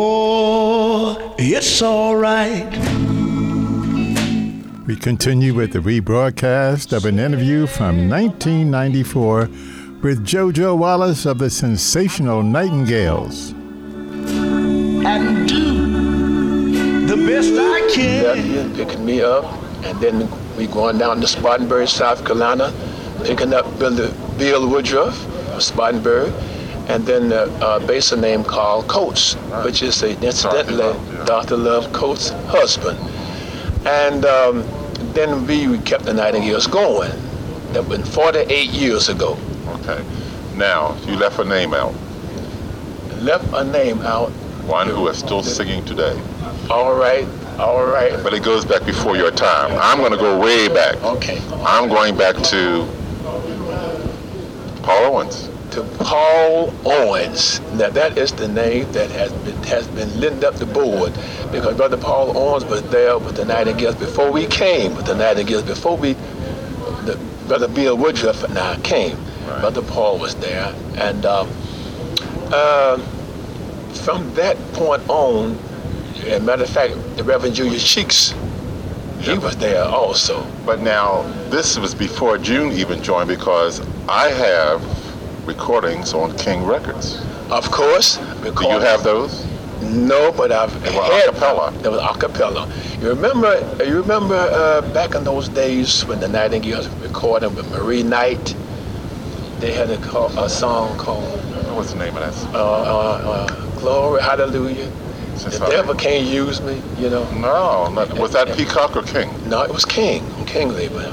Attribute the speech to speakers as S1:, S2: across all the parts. S1: Oh, it's all right.
S2: We continue with the rebroadcast of an interview from 1994 with JoJo Wallace of the sensational Nightingales.
S1: And do the best I can.
S3: Bethlehem picking me up, and then we going down to Spartanburg, South Carolina, picking up Bill, Bill Woodruff from Spartanburg, and then uh, a, a basin name called Coates, which is a, incidentally Dr. Love Coates' husband. And um, then we kept the Nightingales going. That was 48 years ago.
S4: Okay. Now, you left a name out.
S3: Left a name out.
S4: One who is still singing today.
S3: All right, all right.
S4: But it goes back before your time. I'm going to go way back.
S3: Okay.
S4: I'm going back to Paul Owens.
S3: to Paul Owens. Now that is the name that has been has been lit up the board because Brother Paul Owens was there with the Nightingales before we came with the Nightingales before we the, Brother Bill Woodruff and I came. Brother Paul was there and um, uh, from that point on, as a matter of fact, the Reverend Julius Cheeks, he was there also.
S4: But now, this was before June even joined because I have recordings on King Records.
S3: Of course,
S4: Do you have those?
S3: No, but I've
S4: They were
S3: had
S4: a cappella.
S3: It was a cappella. You remember? You remember uh, back in those days when the Nightingales were recording with Marie Knight? They had a, call, a song called
S4: What's the name of that? song?
S3: uh, uh, uh, "Glory Hallelujah."
S4: Since
S3: If
S4: I-
S3: the devil can't use me, you know.
S4: No, not, was that Peacock or King?
S3: No, it was King, King Labor,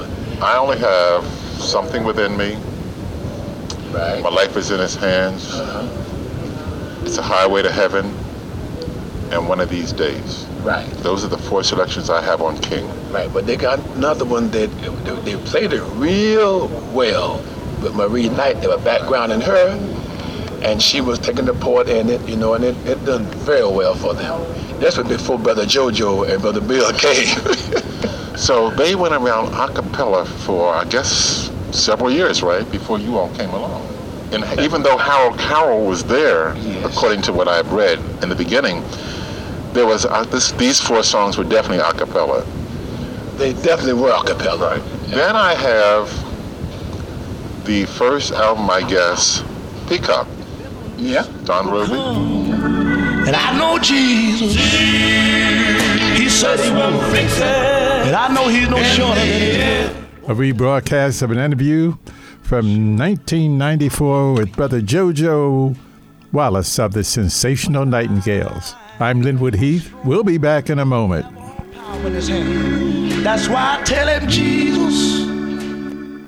S4: I only have something within me.
S3: right?
S4: My life is in His hands. It's a highway to heaven, and one of these days.
S3: Right.
S4: Those are the four selections I have on King.
S3: Right, but they got another one that they, they played it real well with Marie Knight. They were backgrounding her, and she was taking the part in it, you know, and it, it done very well for them. That's what before Brother JoJo and Brother Bill came.
S4: So they went around a cappella for, I guess, several years, right, before you all came along. And even though Harold Carroll was there,
S3: Yes.
S4: according to what I've read in the beginning, there was uh, this, these four songs were definitely a cappella.
S3: they definitely were a cappella.
S4: Then I have the first album, I guess, Peacock,
S3: Yeah.
S4: Don Roby.
S1: And I know Jesus. He said he will fix it. And I know he's no shorter than
S2: A rebroadcast of an interview from 1994 with Brother JoJo Wallace of the sensational Nightingales. I'm Linwood Heath. We'll be back in a moment.
S1: power in his hand. That's why I tell him Jesus.